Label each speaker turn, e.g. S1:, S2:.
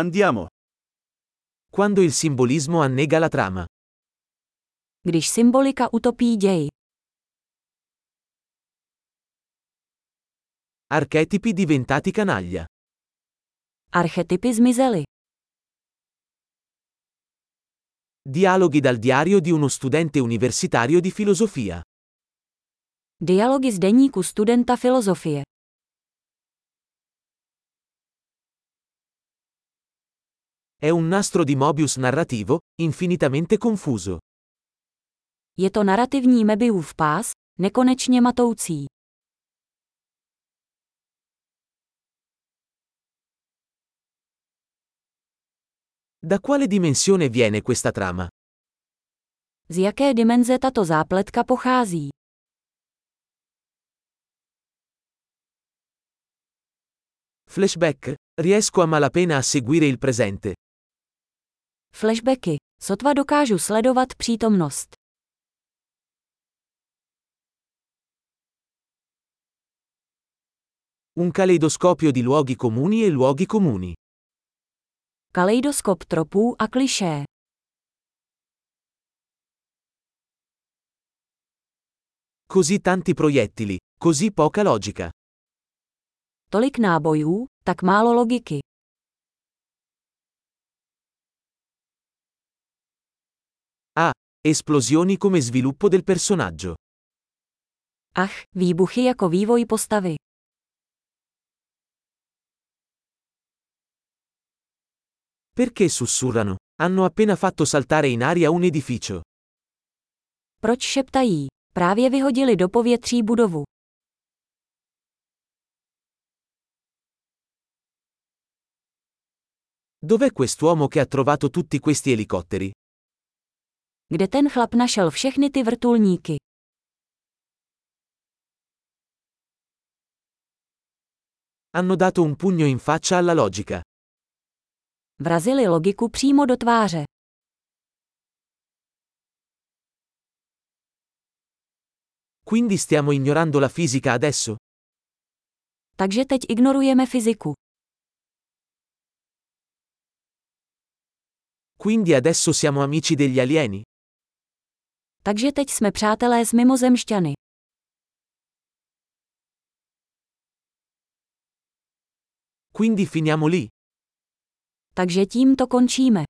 S1: Andiamo. Quando il simbolismo annega la trama.
S2: Když symbolika utopí děj.
S1: Archetipi diventati canaglia.
S2: Archetypy zmizely.
S1: Dialoghi dal diario di uno studente universitario di filosofia.
S2: Dialogy z deníku studenta filozofie.
S1: È un nastro di Mobius narrativo, infinitamente confuso.
S2: Je to narrativní Mebiův pás, nekonečně matoucí.
S1: Da quale dimensione viene questa trama?
S2: Z jaké dimenze tato zápletka pochází?
S1: Flashback? Riesco a malapena a seguire il presente.
S2: Flashbacky. Sotva dokážu sledovat přítomnost.
S1: Un caleidoscopio di luoghi comuni e luoghi comuni.
S2: Kaleidoskop tropů a klišé.
S1: Così tanti proiettili, così poca logica.
S2: Tolik nábojů, tak málo logiky.
S1: Esplosioni come sviluppo del personaggio.
S2: Ach, výbuchy jako vývoj postavy.
S1: Perché sussurrano? Hanno appena fatto saltare in aria un edificio.
S2: Proč šeptají? Právě vyhodili do povětří budovu.
S1: Dov'è quest'uomo che ha trovato tutti questi elicotteri?
S2: Kde ten chlap našel všechny ty vrtulníky?
S1: Hanno dato un pugno in faccia alla logica.
S2: Vrazili logiku přímo do tváře.
S1: Quindi stiamo ignorando la fisica adesso?
S2: Takže teď ignorujeme fyziku.
S1: Quindi adesso siamo amici degli alieni?
S2: Takže teď jsme přátelé s mimozemšťany.
S1: Quindi finiamo lì?
S2: Takže tím to končíme.